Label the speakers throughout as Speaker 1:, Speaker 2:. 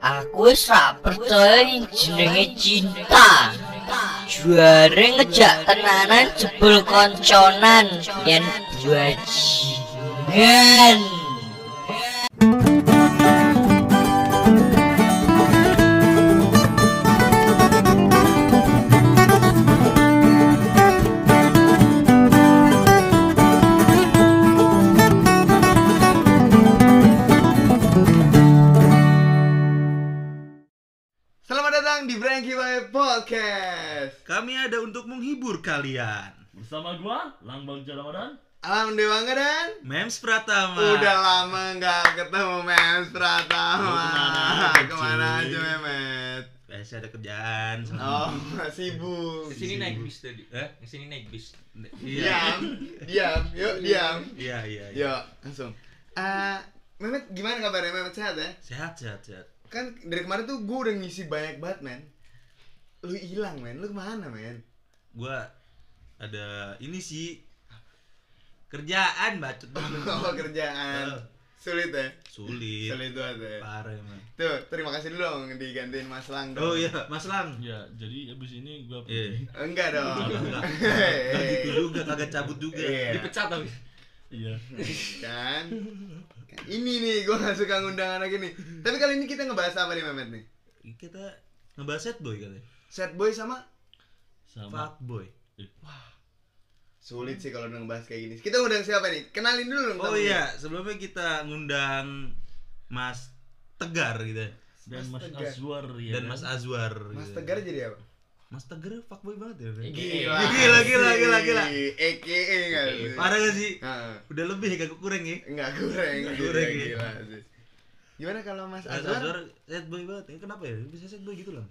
Speaker 1: Aku sak percaya yang jenenge cinta. Juara ngejak tenanan jebul konconan yen bajingan.
Speaker 2: Selamat datang di Frankie Boy Podcast.
Speaker 3: Kami ada untuk menghibur kalian.
Speaker 4: Bersama gua, Langbang Ramadan.
Speaker 2: Alhamdulillah banget dan
Speaker 3: Mems Pratama.
Speaker 2: udah lama nggak ketemu Memes
Speaker 3: Lu
Speaker 2: Pratama.
Speaker 3: kemana,
Speaker 2: Kemana,
Speaker 3: Cing?
Speaker 2: aja Memet?
Speaker 3: Biasa ada kerjaan. senang.
Speaker 2: Oh sibuk.
Speaker 5: Di sini naik bis tadi.
Speaker 3: Eh?
Speaker 5: Di sini naik bis.
Speaker 3: Iya.
Speaker 2: Diam, diam, yuk diam.
Speaker 3: Iya, iya. iya.
Speaker 2: Yuk langsung. Eh, Memet gimana kabarnya Memet sehat ya?
Speaker 3: Sehat, sehat, sehat.
Speaker 2: Kan dari kemarin tuh gue udah ngisi banyak banget men. Lu hilang men, lu kemana men?
Speaker 3: Gua ada ini sih kerjaan bacot banget.
Speaker 2: Oh kerjaan.
Speaker 3: Eh,
Speaker 2: Sulit ya?
Speaker 5: Iya.
Speaker 3: Sulit.
Speaker 2: Sulit banget ya.
Speaker 3: Parah emang.
Speaker 2: Tuh, terima kasih dulu dong digantiin Mas Lang. dong.
Speaker 3: Oh iya, Mas Lang.
Speaker 4: Ya, jadi abis ini gua
Speaker 3: Iya.
Speaker 2: Enggak dong.
Speaker 3: Enggak. Enggak
Speaker 2: Hei.
Speaker 3: gitu juga, kagak cabut juga.
Speaker 2: Iya.
Speaker 5: Dipecat tapi.
Speaker 4: Iya.
Speaker 2: Kan. Ini nih gue gak suka ngundang anak ini. Tapi kali ini kita ngebahas apa nih Mehmet nih?
Speaker 3: Kita ngebahas set boy kali. ya?
Speaker 2: Sad boy sama
Speaker 4: Sama
Speaker 3: Fuck boy.
Speaker 2: sulit sih kalau ngebahas kayak gini. Kita ngundang siapa nih? Kenalin dulu dong.
Speaker 3: Oh
Speaker 2: tamunya.
Speaker 3: iya, sebelumnya kita ngundang Mas Tegar gitu ya.
Speaker 4: dan
Speaker 2: Mas
Speaker 4: Mas,
Speaker 2: Tegar.
Speaker 4: Azwar ya.
Speaker 3: dan Mas Azwar
Speaker 2: Mas
Speaker 3: gitu.
Speaker 2: Tegar Iya. jadi apa?
Speaker 3: Mas Tegar fuckboy banget ya Bre?
Speaker 5: Gila.
Speaker 3: Gila, gila, gila, gila. Iya,
Speaker 2: EKE enggak sih?
Speaker 3: Parah gak sih?
Speaker 2: Heeh.
Speaker 3: Udah lebih gak kurang ya
Speaker 2: Enggak kurang.
Speaker 3: Nggak
Speaker 2: Gila,
Speaker 3: kurang, ya.
Speaker 2: gila sih. Gimana kalau Mas
Speaker 3: Mas
Speaker 2: Azwar?
Speaker 3: Azwar sad boy banget ya Kenapa ya? Bisa sad boy gitu loh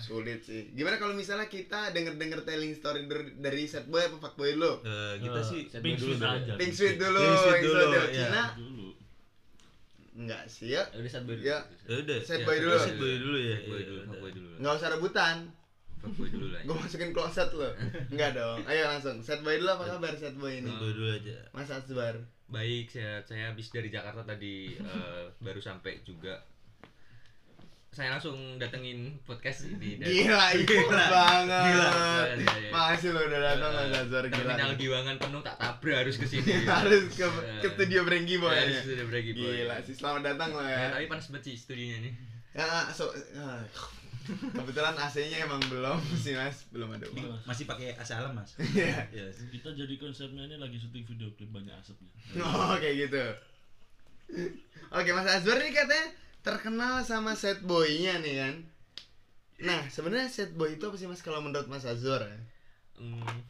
Speaker 2: Sulit sih. Gimana kalau misalnya kita denger-denger telling story der- dari sad boy apa fuckboy lo?
Speaker 3: Eh, Kita
Speaker 4: Eh,
Speaker 3: sih
Speaker 4: Pink
Speaker 5: dulu,
Speaker 4: Sweet
Speaker 5: dulu.
Speaker 4: aja.
Speaker 2: Pink Sweet dulu,
Speaker 3: Pink Sweet
Speaker 2: Pink
Speaker 3: dulu,
Speaker 2: Sweet.
Speaker 3: ya.
Speaker 2: Cina
Speaker 4: Dulu.
Speaker 2: enggak sih ya.
Speaker 5: Udah saat boy.
Speaker 2: Ya.
Speaker 3: Ya udah
Speaker 2: Sad
Speaker 3: ya,
Speaker 2: boy dulu.
Speaker 3: Sad boy dulu ya
Speaker 5: Fuck boy
Speaker 3: Iya,
Speaker 5: dulu,
Speaker 3: udah.
Speaker 5: fuck boy dulu. lah.
Speaker 2: Enggak usah rebutan.
Speaker 5: Fuck boy dulu lah.
Speaker 2: Gue masukin closet lo. Enggak dong. Ayo langsung. Set boy dulu apa kabar set boy ini?
Speaker 3: Sad boy dulu aja
Speaker 2: Mas Azbar.
Speaker 5: Baik, saya saya habis dari Jakarta tadi eh, baru sampai juga. Saya langsung datengin podcast ini dari
Speaker 2: Gila, gila banget.
Speaker 3: Gila.
Speaker 5: Iya, iya.
Speaker 2: Makasih lo udah datang
Speaker 5: Eh,
Speaker 2: Mas Azbar gila.
Speaker 5: terminal Giwangan penuh tak tabrak harus ke sini.
Speaker 2: Harus ke,
Speaker 5: Eh,
Speaker 2: ke studio Brenggi boy.
Speaker 5: harus ke studio Brenggi, Eh, Boy.
Speaker 2: Gila sih, selamat datang lo
Speaker 5: Ya,
Speaker 2: ya.
Speaker 5: tapi panas banget sih studionya nih.
Speaker 2: Ya, so, ah. kebetulan AC-nya emang belum sih Mas, belum ada.
Speaker 3: Ini Masih pakai AC alam mas
Speaker 2: Iya.
Speaker 3: Iya sih.
Speaker 4: Kita jadi konsepnya ini lagi syuting video klip banyak asapnya.
Speaker 2: Oh, kayak gitu. Oke, Mas Azwar ini katanya terkenal sama set boy-nya nih kan. Nah, sebenarnya set boy itu apa sih Mas kalau menurut Mas Azwar ya?
Speaker 5: Hmm,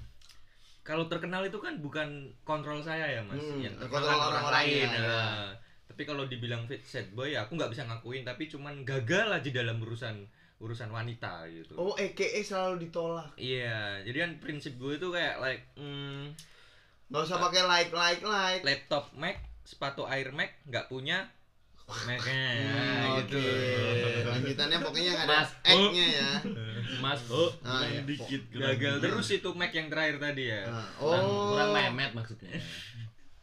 Speaker 5: kalau terkenal itu kan bukan kontrol saya ya mas,
Speaker 2: Hmm,
Speaker 5: yang terkenal
Speaker 2: kontrol
Speaker 5: kan orang,
Speaker 2: orang-orang
Speaker 5: lain.
Speaker 2: ya, ya.
Speaker 5: nah. Tapi kalau dibilang fit set boy ya aku nggak bisa ngakuin, tapi cuman gagal aja dalam urusan urusan wanita gitu.
Speaker 2: Oh, EKE selalu ditolak.
Speaker 5: Iya, jadi kan prinsip gue itu kayak like hmm,
Speaker 2: Gak usah pakai like like like.
Speaker 5: laptop Mac, sepatu Air Mac, nggak punya Mac
Speaker 2: Hmm,
Speaker 5: gitu.
Speaker 2: Oke. Lanjutannya pokoknya nggak ada
Speaker 5: Mas,
Speaker 2: X-nya ya.
Speaker 5: Mas,
Speaker 4: Oh,
Speaker 2: Ah,
Speaker 4: kurang
Speaker 2: iya.
Speaker 4: dikit kurang
Speaker 5: gagal
Speaker 4: dikit.
Speaker 5: terus itu Mac yang terakhir tadi ya.
Speaker 2: Nah,
Speaker 5: Kurang-
Speaker 2: oh,
Speaker 5: kurang memet maksudnya.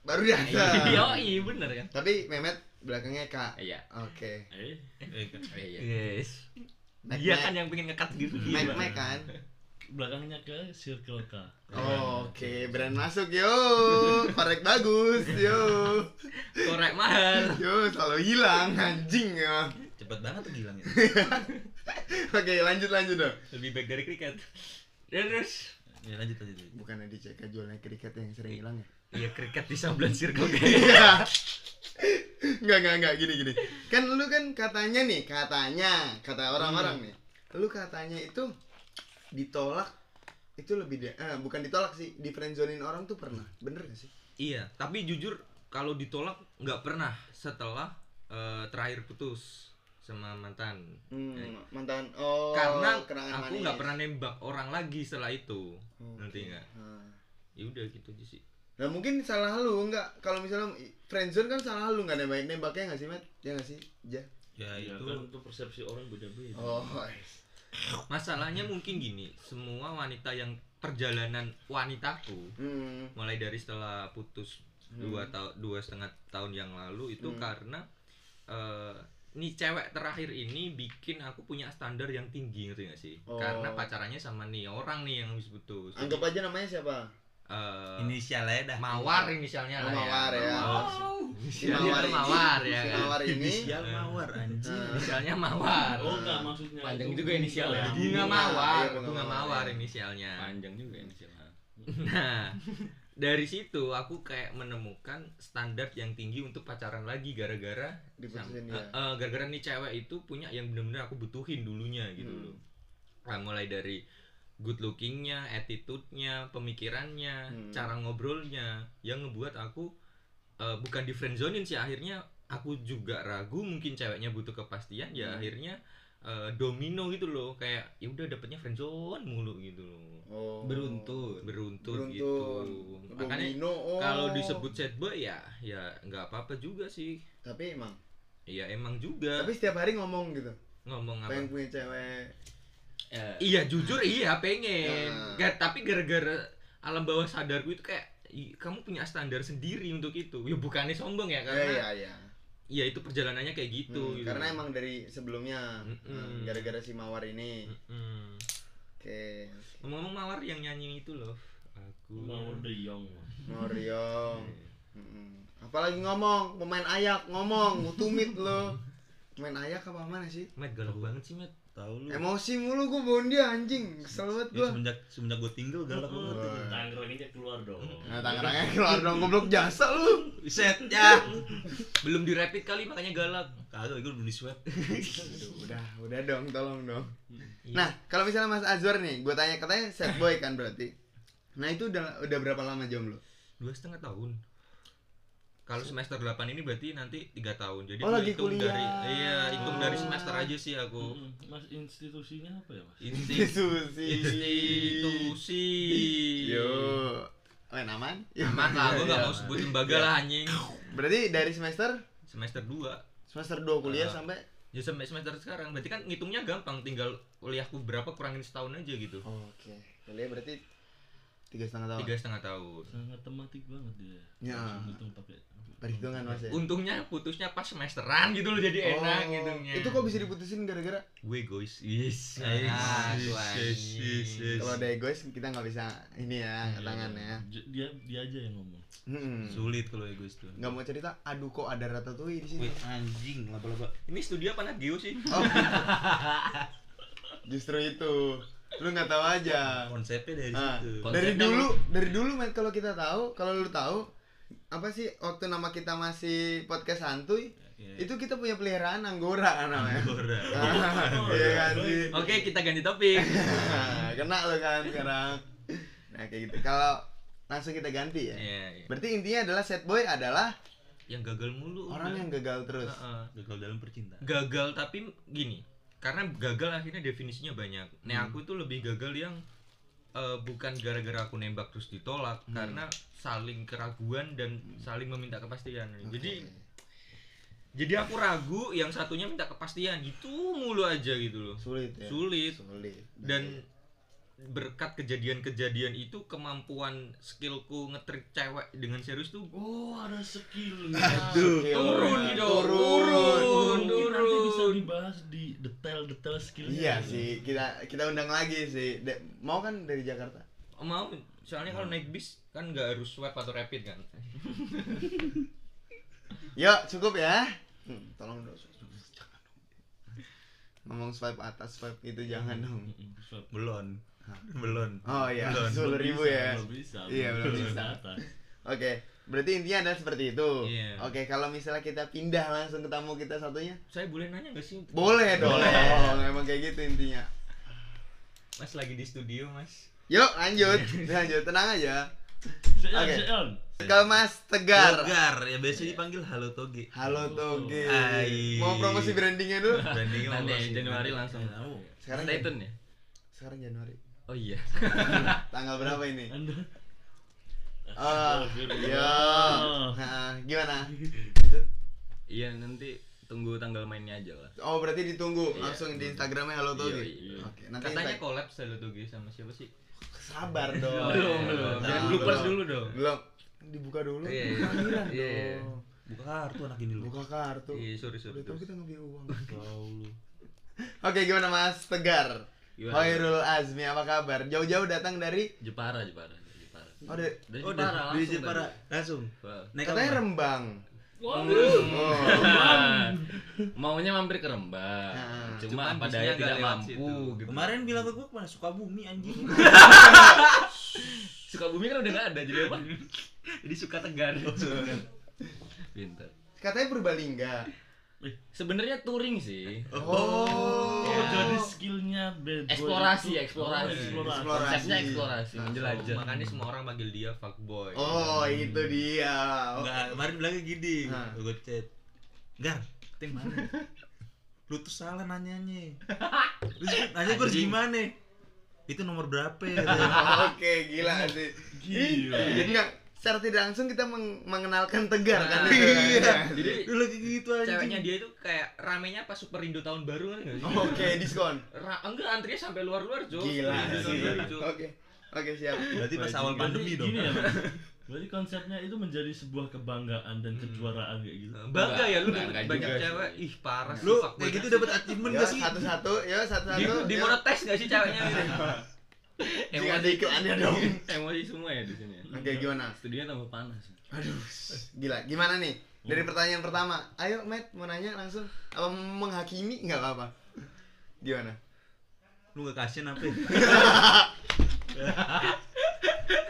Speaker 2: baru datang.
Speaker 5: iya bener kan?
Speaker 2: Tapi Mehmet belakangnya Kak.
Speaker 5: Iya.
Speaker 2: Oke.
Speaker 4: Eh,
Speaker 3: Eh, kan.
Speaker 5: Iya.
Speaker 2: Mac,
Speaker 5: Dia
Speaker 2: Mac.
Speaker 5: kan yang pengen ngekat gitu.
Speaker 2: Mac
Speaker 5: Iya.
Speaker 2: Mac kan.
Speaker 4: belakangnya ke Circle K.
Speaker 2: Oh, Oke, brand masuk yuk. Korek bagus yuk.
Speaker 5: Korek mahal.
Speaker 2: Yo, selalu hilang anjing ya.
Speaker 3: Cepet banget tuh gilangnya
Speaker 2: Oke, lanjut lanjut dong.
Speaker 5: Lebih baik dari kriket. Ya, terus
Speaker 3: Ya lanjut lanjut lanjut.
Speaker 2: Bukannya di CK jualnya kriket yang sering hilang ya?
Speaker 5: ya kriket di sablan circle
Speaker 2: Iya. Enggak enggak enggak gini gini. Kan lu kan katanya nih, katanya, kata orang-orang nih. Lu katanya itu ditolak itu lebih de- eh, bukan ditolak sih, di friendzonein orang tuh pernah. Bener gak sih?
Speaker 5: iya, tapi jujur kalau ditolak nggak pernah setelah eh, terakhir putus sama mantan. Eh,
Speaker 2: Hmm, mantan. Oh,
Speaker 5: Karena
Speaker 2: kenangan
Speaker 5: aku
Speaker 2: manis.
Speaker 5: nggak pernah nembak orang lagi setelah itu.
Speaker 2: Oke.
Speaker 5: Nanti nggak?
Speaker 2: Ah.
Speaker 5: Ya udah gitu aja sih.
Speaker 2: Nah mungkin salah lu enggak kalau misalnya friendzone kan salah lu enggak nembak nembaknya enggak sih, Mat? Ya enggak sih? Ja.
Speaker 3: Ya
Speaker 4: Ya,
Speaker 3: itu
Speaker 4: kan itu persepsi orang beda-beda.
Speaker 5: Iya.
Speaker 2: Oh.
Speaker 5: Masalahnya mungkin gini, semua wanita yang perjalanan wanitaku
Speaker 2: Hmm.
Speaker 5: mulai dari setelah putus dua
Speaker 2: Hmm.
Speaker 5: tahun dua setengah tahun yang lalu itu
Speaker 2: Hmm.
Speaker 5: karena eh, nih cewek terakhir ini bikin aku punya standar yang tinggi ngerti gak sih?
Speaker 2: Oh.
Speaker 5: Karena pacarannya sama nih orang nih yang habis putus. Jadi,
Speaker 2: Anggap aja namanya siapa?
Speaker 5: eh,
Speaker 3: Inisialnya dah.
Speaker 5: mawar inisialnya lah ya.
Speaker 2: Mawar ya. Si
Speaker 5: Inisialnya mawar, ya.
Speaker 2: si
Speaker 5: Iya. kan?
Speaker 2: Mawar ini.
Speaker 3: Inisial mawar anjing.
Speaker 2: Nah,
Speaker 5: Inisialnya mawar.
Speaker 4: Oh enggak
Speaker 2: Iya,
Speaker 4: maksudnya.
Speaker 5: Panjang
Speaker 4: itu
Speaker 5: juga inisialnya.
Speaker 4: bukan.
Speaker 5: Bunga
Speaker 2: Bunga,
Speaker 5: mawar,
Speaker 2: iya, bunga
Speaker 5: bunga
Speaker 2: mawar,
Speaker 5: mawar
Speaker 2: iya.
Speaker 5: inisialnya.
Speaker 6: Panjang juga ini sih. Nah.
Speaker 5: Nah, dari situ aku kayak menemukan standar yang tinggi untuk pacaran lagi gara-gara
Speaker 2: Diputusin
Speaker 5: sam-
Speaker 2: dia.
Speaker 5: eh, eh, gara-gara nih cewek itu punya yang benar-benar aku butuhin dulunya gitu
Speaker 2: Hmm.
Speaker 5: loh. Nah, mulai dari good lookingnya, attitude-nya, pemikirannya,
Speaker 2: Hmm.
Speaker 5: cara ngobrolnya yang ngebuat aku eh, bukan di friendzonin sih akhirnya aku juga ragu mungkin ceweknya butuh kepastian ya
Speaker 2: Hmm.
Speaker 5: akhirnya eh, domino gitu loh kayak ya udah dapetnya friendzone mulu gitu loh
Speaker 2: Oh.
Speaker 6: Beruntun.
Speaker 5: beruntun,
Speaker 2: Beruntun.
Speaker 5: gitu makanya
Speaker 2: Domino, oh.
Speaker 5: kalau disebut sad boy ya ya nggak apa-apa juga sih
Speaker 2: Tapi emang.
Speaker 5: ya emang juga
Speaker 2: Tapi setiap hari ngomong gitu.
Speaker 5: ngomong apa
Speaker 2: Pengen punya cewek.
Speaker 6: Eh,
Speaker 5: iya jujur iya pengen
Speaker 2: Nah.
Speaker 5: Ga- tapi gara-gara alam bawah sadarku itu kayak "Ih, kamu punya standar sendiri untuk itu ya bukannya sombong
Speaker 2: Iya,
Speaker 5: ya karena
Speaker 2: iya, iya.
Speaker 5: ya itu perjalanannya kayak gitu,
Speaker 2: Hmm,
Speaker 5: gitu.
Speaker 2: Karena emang dari sebelumnya
Speaker 5: Mm-mm.
Speaker 2: eh, gara-gara si Mawar ini.
Speaker 5: Mm-mm.
Speaker 2: Oke.
Speaker 5: ngomong-ngomong mawar yang nyanyi itu loh aku
Speaker 4: Mawar De Jong.
Speaker 2: Moriong. Mm-mm. Apalagi ngomong, pemain ayak ngomong, mutumit lo. Main ayak apa mana sih?
Speaker 5: Matt galak banget sih Matt
Speaker 3: Tahu lu.
Speaker 2: Emosi mulu gue bawain dia anjing, kesel banget
Speaker 3: Ya,
Speaker 2: gue.
Speaker 5: Iya,
Speaker 3: semenjak semenjak gue tinggal galak banget.
Speaker 2: Wah.
Speaker 4: Tangerangnya keluar dong.
Speaker 2: Nah, tangerangnya keluar dong goblok jasa lu.
Speaker 3: Set ya.
Speaker 5: belum dirapit kali makanya galak
Speaker 3: Kagak gue belum di swab.
Speaker 2: Aduh, udah, udah dong, tolong dong.
Speaker 5: Iya.
Speaker 2: Nah, kalau misalnya Mas Azwar nih, gue tanya katanya sad boy kan berarti. Nah, itu udah udah berapa lama jomblo?
Speaker 5: dua setengah tahun kalau semester 8 ini berarti nanti tiga tahun jadi
Speaker 2: Oh,
Speaker 5: gua
Speaker 2: lagi
Speaker 5: hitung
Speaker 2: kuliah.
Speaker 5: dari iya hitung dari
Speaker 2: Oh.
Speaker 5: semester aja sih aku
Speaker 4: Mm-mm. Mas institusinya apa ya,
Speaker 2: Hmm.
Speaker 4: Mas?
Speaker 5: Insti-
Speaker 2: Susi.
Speaker 5: institusi
Speaker 2: Yo. Iya. Oh, aman? Yo.
Speaker 5: aman lah gue nggak mau sebut lembaga lah anjing
Speaker 2: Berarti dari semester
Speaker 5: semester 2
Speaker 2: semester 2 kuliah
Speaker 5: Ah.
Speaker 2: sampai
Speaker 5: ya sampai semester sekarang berarti kan ngitungnya gampang tinggal kuliahku berapa kurangin setahun aja gitu
Speaker 2: Oke. Kuliah berarti tiga setengah tahun.
Speaker 5: tiga setengah tahun
Speaker 4: Sangat tematik banget dia.
Speaker 2: Ya.
Speaker 4: Langsung Hitung pakai.
Speaker 2: Perhitungan mas ya.
Speaker 5: untungnya putusnya pas semesteran gitu loh jadi enak
Speaker 2: Oh,
Speaker 5: ngitungnya
Speaker 2: Itu kok bisa diputusin gara-gara
Speaker 5: gue guys yes
Speaker 3: Ah, yes,
Speaker 5: yes
Speaker 3: yes, yes, yes.
Speaker 2: kalau ada egois kita nggak bisa ini ya angkat tangan ya.
Speaker 4: J- Dia dia aja yang ngomong.
Speaker 2: Mm-mm.
Speaker 3: Iya. Sulit kalau egois tuh.
Speaker 2: Nggak mau cerita. Aduh kok ada ratatouille di sini.
Speaker 3: Wih, anjing laba-laba.
Speaker 5: ini studio apa Nat Geo sih
Speaker 2: Oh. Justru itu. Lu nggak tahu aja.
Speaker 3: Konsepnya dari
Speaker 2: Ah,
Speaker 3: situ.
Speaker 2: dari
Speaker 5: Konsepnya
Speaker 2: dulu, dari dulu men kalau kita tahu, kalau lu tahu apa sih waktu nama kita masih podcast santuy, itu kita punya peliharaan anggora namanya.
Speaker 3: Anggora.
Speaker 2: Ah, Iya kan sih.
Speaker 5: oke kita ganti topik
Speaker 2: Nah, kena lo kan sekarang nah kayak gitu kalau langsung kita ganti ya
Speaker 5: Iya, iya.
Speaker 2: berarti intinya adalah set boy adalah
Speaker 5: yang gagal mulu
Speaker 2: orang yang gagal terus
Speaker 5: Heeh.
Speaker 3: Gagal dalam percintaan.
Speaker 5: gagal tapi gini karena gagal akhirnya definisinya banyak nah aku itu lebih gagal yang eh, bukan gara-gara aku nembak terus ditolak karena saling keraguan dan saling meminta kepastian jadi jadi aku ragu yang satunya minta kepastian gitu mulu aja gitu loh
Speaker 2: sulit ya
Speaker 5: sulit
Speaker 2: sulit
Speaker 5: dan berkat kejadian-kejadian itu kemampuan skillku ngetrik cewek dengan serius tuh
Speaker 4: Oh, ada skill.
Speaker 2: Aduh,
Speaker 5: turun
Speaker 2: turun.
Speaker 5: gitu
Speaker 2: Turun.
Speaker 5: turun
Speaker 4: Mungkin nanti bisa
Speaker 5: turun
Speaker 4: dibahas di detail-detail skillnya.
Speaker 2: iya sih kita kita undang lagi sih De- mau kan dari Jakarta
Speaker 5: mau soalnya kalau naik bis kan nggak harus swab atau rapid kan
Speaker 2: yuk cukup ya Hmm, tolong dong Jangan dong. ngomong swipe atas swipe itu jangan dong
Speaker 4: Mm-mm, Swab.
Speaker 3: Belon. Belon.
Speaker 2: oh iya
Speaker 3: Belum, belum
Speaker 2: sepuluh ribu ya
Speaker 4: Belum bisa.
Speaker 2: Iya, belum
Speaker 4: bisa
Speaker 2: bisa.
Speaker 4: atas.
Speaker 2: Oke, berarti intinya adalah seperti itu.
Speaker 5: Iya.
Speaker 2: Oke, kalau misalnya kita pindah langsung ke tamu kita satunya,
Speaker 5: saya boleh nanya nggak sih
Speaker 2: boleh dong.
Speaker 5: Boleh.
Speaker 2: Emang kayak gitu intinya.
Speaker 5: mas lagi di studio mas
Speaker 2: Yuk, lanjut. lanjut, tenang aja.
Speaker 4: Seon,
Speaker 2: Oke.
Speaker 4: Seon.
Speaker 2: Ke Mas Tegar.
Speaker 3: Tegar. Ya biasanya dipanggil Halo Toge.
Speaker 2: Halo Toge.
Speaker 3: Hai.
Speaker 2: Mau promosi brandingnya dulu?
Speaker 3: Brandingnya
Speaker 5: Nanti,
Speaker 3: promosi.
Speaker 5: Januari langsung.
Speaker 3: Ya, Tahu.
Speaker 2: Sekarang
Speaker 5: stay tune ya
Speaker 2: Sekarang Januari.
Speaker 5: oh iya
Speaker 2: Tanggal berapa ini?
Speaker 4: Anda.
Speaker 2: Oh, iya.
Speaker 4: Oh.
Speaker 2: Nah, gimana? Gitu.
Speaker 6: iya nanti tunggu tanggal mainnya aja lah.
Speaker 2: Oh, berarti ditunggu
Speaker 5: Iya,
Speaker 2: langsung di Instagramnya Halo Toge.
Speaker 6: Iya, iya.
Speaker 2: Oke, nanti
Speaker 5: katanya
Speaker 2: Insta-
Speaker 5: collab Hello Toge sama siapa sih
Speaker 2: sabar
Speaker 5: Oh, iya.
Speaker 2: dong.
Speaker 5: belum belum
Speaker 2: Nah,
Speaker 5: jangan bloopers dulu dong
Speaker 2: Belum. Dibuka dulu.
Speaker 5: Iya, iya.
Speaker 2: Panggilan
Speaker 5: Iya, iya.
Speaker 2: dong.
Speaker 3: buka kartu anak ini lu
Speaker 2: buka kartu
Speaker 7: Iya, sorry sorry.
Speaker 2: udah tau
Speaker 7: sorry.
Speaker 2: kita nggak punya uang
Speaker 3: Tahu lu.
Speaker 2: oke gimana mas tegar
Speaker 5: Gimana?
Speaker 2: Hoirul Azmi apa kabar jauh-jauh datang dari
Speaker 5: Jepara, Jepara, Jepara.
Speaker 2: oh dari
Speaker 5: Dari
Speaker 3: Oh,
Speaker 5: Jepara
Speaker 3: udah
Speaker 5: langsung.
Speaker 3: di Jepara langsung.
Speaker 5: tadi. Wah.
Speaker 3: Naik
Speaker 2: katanya
Speaker 3: apa?
Speaker 2: Rembang
Speaker 4: Waduh.
Speaker 2: oh
Speaker 5: Maunya mampir ke Rembang.
Speaker 2: Nah,
Speaker 5: Cuma
Speaker 7: cuman
Speaker 5: apa
Speaker 7: bisnya
Speaker 5: daya
Speaker 7: nggak
Speaker 5: tidak
Speaker 7: lewat
Speaker 5: mampu.
Speaker 7: situ.
Speaker 5: gitu.
Speaker 3: Kemarin bilang ke gua kemana? Sukabumi anjing.
Speaker 5: Sukabumi kan udah nggak ada jadi apa?
Speaker 7: Jadi suka tegar.
Speaker 5: Pinter.
Speaker 2: katanya Purbalingga
Speaker 5: Sebenarnya touring sih.
Speaker 7: iya.
Speaker 2: oh
Speaker 4: Oh, jadi skillnya bad boy
Speaker 5: Eksplorasi,
Speaker 4: itu-
Speaker 7: iya,
Speaker 5: eksplorasi.
Speaker 4: Oh, eksplorasi.
Speaker 2: Eksplorasi.
Speaker 5: Konsepnya eksplorasi,
Speaker 7: Nah,
Speaker 2: Langsung.
Speaker 5: menjelajah.
Speaker 7: Makanya semua orang manggil dia fuckboy.
Speaker 2: oh itu dia
Speaker 3: Enggak, kemarin bilangnya gini.
Speaker 2: Nah.
Speaker 3: Gua chat. Gar, ting mana? lu tuh salah nanyanya. Lu sih- nanya gua harus
Speaker 5: Anjing.
Speaker 3: gimana? Itu nomor berapa ya?
Speaker 2: oke gila sih
Speaker 4: Gila.
Speaker 2: Ih, enggak secara tidak langsung kita meng- mengenalkan tegar kan
Speaker 7: Nah,
Speaker 2: iya
Speaker 7: Jadi
Speaker 3: Lu lagi gitu anjing.
Speaker 7: ceweknya dia itu kayak ramenya pas Super Indo tahun baru kan nggak sih?
Speaker 2: oke diskon
Speaker 7: Ra- enggak antrinya sampai luar-luar, Jo.
Speaker 2: Oh. gila
Speaker 7: Super Indo
Speaker 5: iya,
Speaker 7: tahun
Speaker 2: sih
Speaker 7: baru, Jo.
Speaker 2: oke oke siap
Speaker 3: Berarti pas awal
Speaker 4: Berarti
Speaker 3: pandemi dong.
Speaker 4: Gini ya, Mas? Berarti konsepnya itu menjadi sebuah kebanggaan dan
Speaker 2: Hmm.
Speaker 4: kejuaraan kayak gitu.
Speaker 7: Bangga ya lu
Speaker 5: Enggak, enggak
Speaker 7: banyak
Speaker 5: juga.
Speaker 7: cewek. Ih, parah sih
Speaker 3: Lu
Speaker 7: fuckboy.
Speaker 3: kayak gitu dapat achievement
Speaker 2: Yo,
Speaker 3: gak sih?
Speaker 2: satu-satu, yo
Speaker 7: di,
Speaker 2: satu-satu.
Speaker 7: di
Speaker 2: yo.
Speaker 7: monetes nggak sih ceweknya gitu?
Speaker 2: ya. Jika ada iklannya dong.
Speaker 5: Emosi semua ya di sini. ya?
Speaker 2: Oke, gimana?
Speaker 5: Studinya tambah panas.
Speaker 2: Aduh, gila. Gimana nih? Dari pertanyaan pertama. Ayo, Matt, mau nanya langsung. Apa menghakimi? Nggak apa-apa. Gimana?
Speaker 3: Lu gak kasihan apa? ya?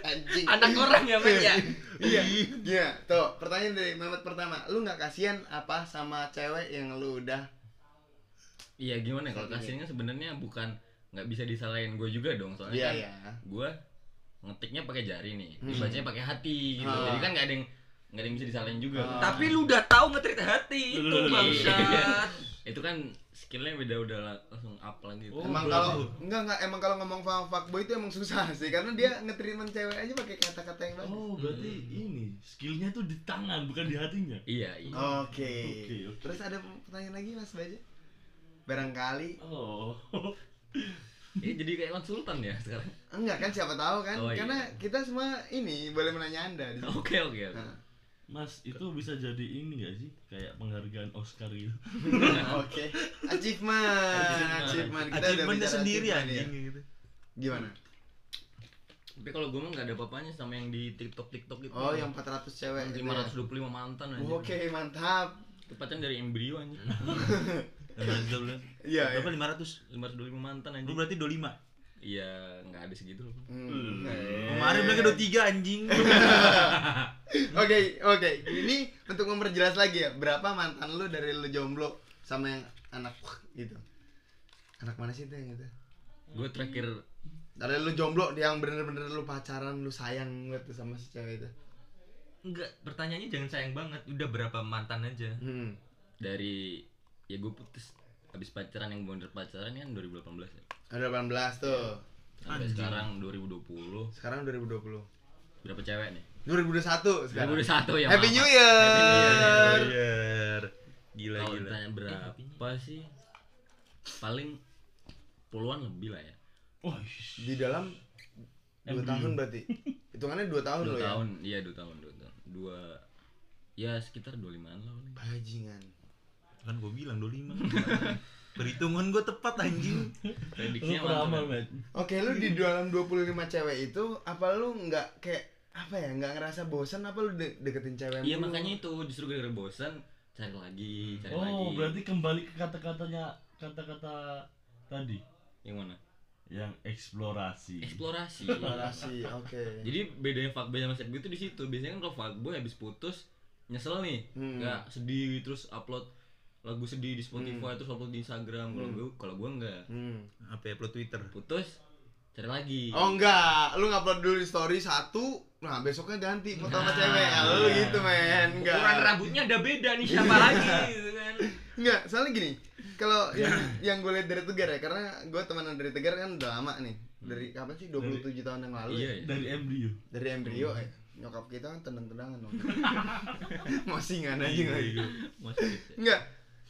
Speaker 2: Anjing.
Speaker 7: anak orang ya men ya
Speaker 2: Iya. Iya. Tuh, pertanyaan dari Mamet pertama. Lu nggak kasihan apa sama cewek yang lu udah
Speaker 5: Iya gimana kalau
Speaker 2: Satu
Speaker 5: kasihannya sebenarnya bukan nggak bisa disalahin gue juga dong soalnya
Speaker 2: Iya,
Speaker 5: kan
Speaker 2: iya.
Speaker 5: gue ngetiknya pakai jari nih
Speaker 2: Hmm.
Speaker 5: dibacanya pakai hati gitu
Speaker 2: Ah.
Speaker 5: jadi kan nggak ada yang nggak ada yang bisa disalahin juga
Speaker 2: Ah.
Speaker 7: tapi lu udah tahu ngetrit hati itu
Speaker 4: Iya.
Speaker 7: bangsat
Speaker 5: itu kan skillnya beda udah la- langsung up lagi
Speaker 4: Oh,
Speaker 2: emang
Speaker 4: berarti-
Speaker 2: kalau enggak enggak emang kalau ngomong sama fuckboy itu emang susah sih karena dia nge-treatment cewek aja pakai kata-kata yang bagus.
Speaker 4: Oh, berarti
Speaker 6: Hmm.
Speaker 4: ini skillnya tuh di tangan bukan di hatinya.
Speaker 5: iya iya
Speaker 2: Oke.
Speaker 4: Oke, oke.
Speaker 2: Terus ada pertanyaan lagi Mas Baja? Barangkali
Speaker 4: Oh.
Speaker 5: Iya, jadi kayak konsultan ya sekarang
Speaker 2: enggak kan siapa tahu kan?
Speaker 5: Oh, iya. Oh.
Speaker 2: Karena kita semua ini boleh menanya Anda di sini.
Speaker 5: oke oke oke
Speaker 2: Nah,
Speaker 4: Mas, itu bisa jadi ini gak sih? Kayak penghargaan Oscar gitu.
Speaker 2: Oke. Achievement. Achievement. Kita udah
Speaker 3: Achievementnya
Speaker 2: bicara
Speaker 3: sendiri
Speaker 2: achievement ya.
Speaker 3: anjing gitu.
Speaker 2: Gimana?
Speaker 5: tapi kalau gue mah nggak ada apa-apanya sama yang di tiktok tiktok itu
Speaker 2: Oh, yang 400 cewek itu
Speaker 5: lima
Speaker 2: ya. Oh,
Speaker 5: ratus mantan aja
Speaker 2: Oke, mantap.
Speaker 5: tepatnya dari embrio aja
Speaker 3: Berarti kita bilang,
Speaker 2: Iya, iya.
Speaker 3: Berapa 500?
Speaker 5: lima mantan aja
Speaker 3: Lu berarti 25.
Speaker 5: iya nggak ada segitu loh
Speaker 2: Hmm.
Speaker 3: Kemarin mereka 23 anjing.
Speaker 2: Oke, oke. Ini untuk memperjelas lagi ya, berapa mantan lu dari lu jomblo sama yang anak gitu. Anak mana sih itu yang itu?
Speaker 5: gue terakhir
Speaker 2: Dari lu jomblo dia yang bener-bener lu pacaran, lu sayang banget tuh sama si cewek itu.
Speaker 7: enggak pertanyaannya jangan sayang banget udah berapa mantan aja
Speaker 2: Hmm.
Speaker 5: dari ya gue putus habis pacaran yang bener pacaran kan 2018 ya
Speaker 2: Ada 18 tuh.
Speaker 5: sampai sekarang 2020
Speaker 2: Sekarang 2020.
Speaker 5: berapa cewek nih
Speaker 2: 2021 sekarang. Happy
Speaker 5: 2021 ya maaf.
Speaker 2: New Year.
Speaker 3: Iya. Anjir. Gila
Speaker 5: kalau
Speaker 3: gila.
Speaker 5: ditanya berapa sih paling puluhan lebih lah ya
Speaker 4: Wah,
Speaker 2: Di dalam 2 tahun berarti. Hitungannya 2 tahun
Speaker 5: dua
Speaker 2: lo ya.
Speaker 5: tahun iya dua tahun dua tahun dua ya sekitar 25an lah paling.
Speaker 2: Bajingan.
Speaker 3: Kan gua bilang 25. Perhitungan gua tepat anjing.
Speaker 4: lu
Speaker 5: prediksinya
Speaker 4: peramal,
Speaker 5: mantap ya.
Speaker 4: Matt.
Speaker 2: Oke, lu di dalam 25 cewek itu apa lu nggak kayak apa ya nggak ngerasa bosan apa lu de- deketin cewek
Speaker 5: iya
Speaker 2: mulu?
Speaker 5: makanya itu justru gara-gara bosan cari lagi cari lagi
Speaker 4: Oh, berarti kembali ke kata-katanya kata-kata tadi
Speaker 5: yang mana
Speaker 4: yang Iya. eksplorasi.
Speaker 5: eksplorasi
Speaker 2: Narasi, oke.
Speaker 5: Jadi bedanya fuckboy sama sad boy itu di situ. Biasanya kan kalau fuckboy habis putus nyesel nih,
Speaker 2: Hmm.
Speaker 5: nggak sedih terus upload lagu sedih di Spotify terus upload di Instagram. Kalau gue kalau gue nggak
Speaker 2: Hmm.
Speaker 3: Apa ya upload Twitter?
Speaker 5: putus cari lagi.
Speaker 2: Oh enggak, lu ngupload dulu di story satu, nah besoknya ganti foto
Speaker 5: Nah.
Speaker 2: sama cewek. Ya, lu gitu men, enggak.
Speaker 7: ukuran rambutnya ada beda nih siapa
Speaker 2: Iya.
Speaker 7: lagi gitu kan
Speaker 2: Enggak, soalnya gini. Kalau yang, yang gue lihat dari Tegar ya, karena gue temenan dari Tegar kan udah lama nih. Dari kapan sih? 27 tahun yang lalu.
Speaker 5: Iya
Speaker 2: ya?
Speaker 5: ya.
Speaker 4: Dari embrio.
Speaker 2: Dari embrio eh. Nyokap kita kan tendang-tendangan dong. Masih nggak aja lagi.
Speaker 5: Masih gitu.
Speaker 2: Enggak.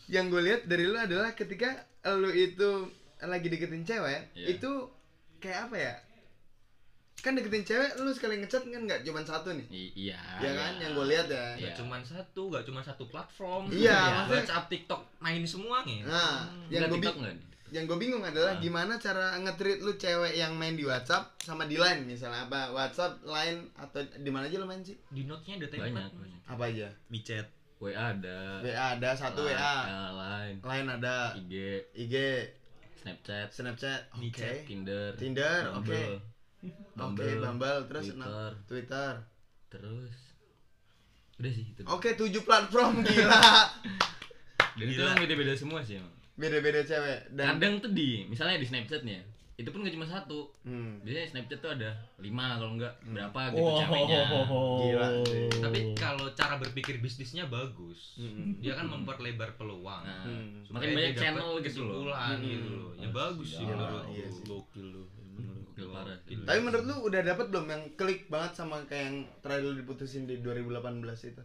Speaker 2: Yang gue lihat dari lu adalah ketika lu itu lagi deketin cewek,
Speaker 5: Iya.
Speaker 2: itu kayak apa ya? kan deketin cewek lu sekali ngechat kan nggak cuman satu nih
Speaker 6: I- iya
Speaker 2: ya kan yang gue lihat ya
Speaker 5: Gak cuman satu, gak cuman satu platform.
Speaker 2: Iya, maksudnya-
Speaker 5: WhatsApp, TikTok, main semua nih.
Speaker 2: nah yang
Speaker 6: yang
Speaker 2: gue
Speaker 6: TikTok nggak nih?
Speaker 2: yang gue bingung adalah
Speaker 6: Ah.
Speaker 2: gimana cara nge-treat lu cewek yang main di WhatsApp sama di Line misalnya apa WhatsApp, Line atau di mana aja lu main sih?
Speaker 5: Di notes-nya ada tempat.
Speaker 6: banyak
Speaker 2: Apa aja?
Speaker 3: micet
Speaker 6: WA ada
Speaker 2: WA ada satu
Speaker 6: Line-
Speaker 2: WA,
Speaker 6: ya, lain
Speaker 2: Line ada,
Speaker 6: IG
Speaker 2: IG,
Speaker 6: Snapchat
Speaker 2: Snapchat, oke,
Speaker 6: Tinder
Speaker 2: Tinder, oke,
Speaker 6: Bumble,
Speaker 2: oke,
Speaker 6: Bumble,
Speaker 2: Bumble, terus enam-
Speaker 6: Twitter
Speaker 2: Twitter,
Speaker 6: terus
Speaker 5: Iya
Speaker 6: udah sih itu
Speaker 2: oke tujuh platform gila,
Speaker 6: dan itu
Speaker 3: Gila.
Speaker 5: kan
Speaker 6: emang beda-beda semua sih emang.
Speaker 2: beda-beda cewek dan
Speaker 6: kadang tuh di misalnya di Snapchat nih ya, itu pun gak cuma satu
Speaker 2: Hmm.
Speaker 6: biasanya Snapchat tuh ada lima kalau enggak berapa gitu
Speaker 2: Oh,
Speaker 6: ceweknya
Speaker 4: Gila.
Speaker 2: Gila sih.
Speaker 5: Tapi kalau cara berpikir bisnisnya bagus,
Speaker 2: Mm-mm.
Speaker 5: dia kan memperlebar peluang.
Speaker 6: nah,
Speaker 2: Hmm.
Speaker 5: Supaya
Speaker 6: makin banyak
Speaker 5: dia dapat
Speaker 6: channel gitu loh Hmm.
Speaker 5: kesimpulan gitu
Speaker 2: Mm-mm.
Speaker 5: loh. Ya bagus sih
Speaker 2: Iya,
Speaker 5: menurut
Speaker 2: iya
Speaker 5: gua.
Speaker 2: sih.
Speaker 4: Gokil lu.
Speaker 6: Gokil parah sih.
Speaker 5: Gokil.
Speaker 2: Tapi menurut lu udah dapat belum yang klik banget sama kayak yang terakhir lu diputusin di 2018 itu?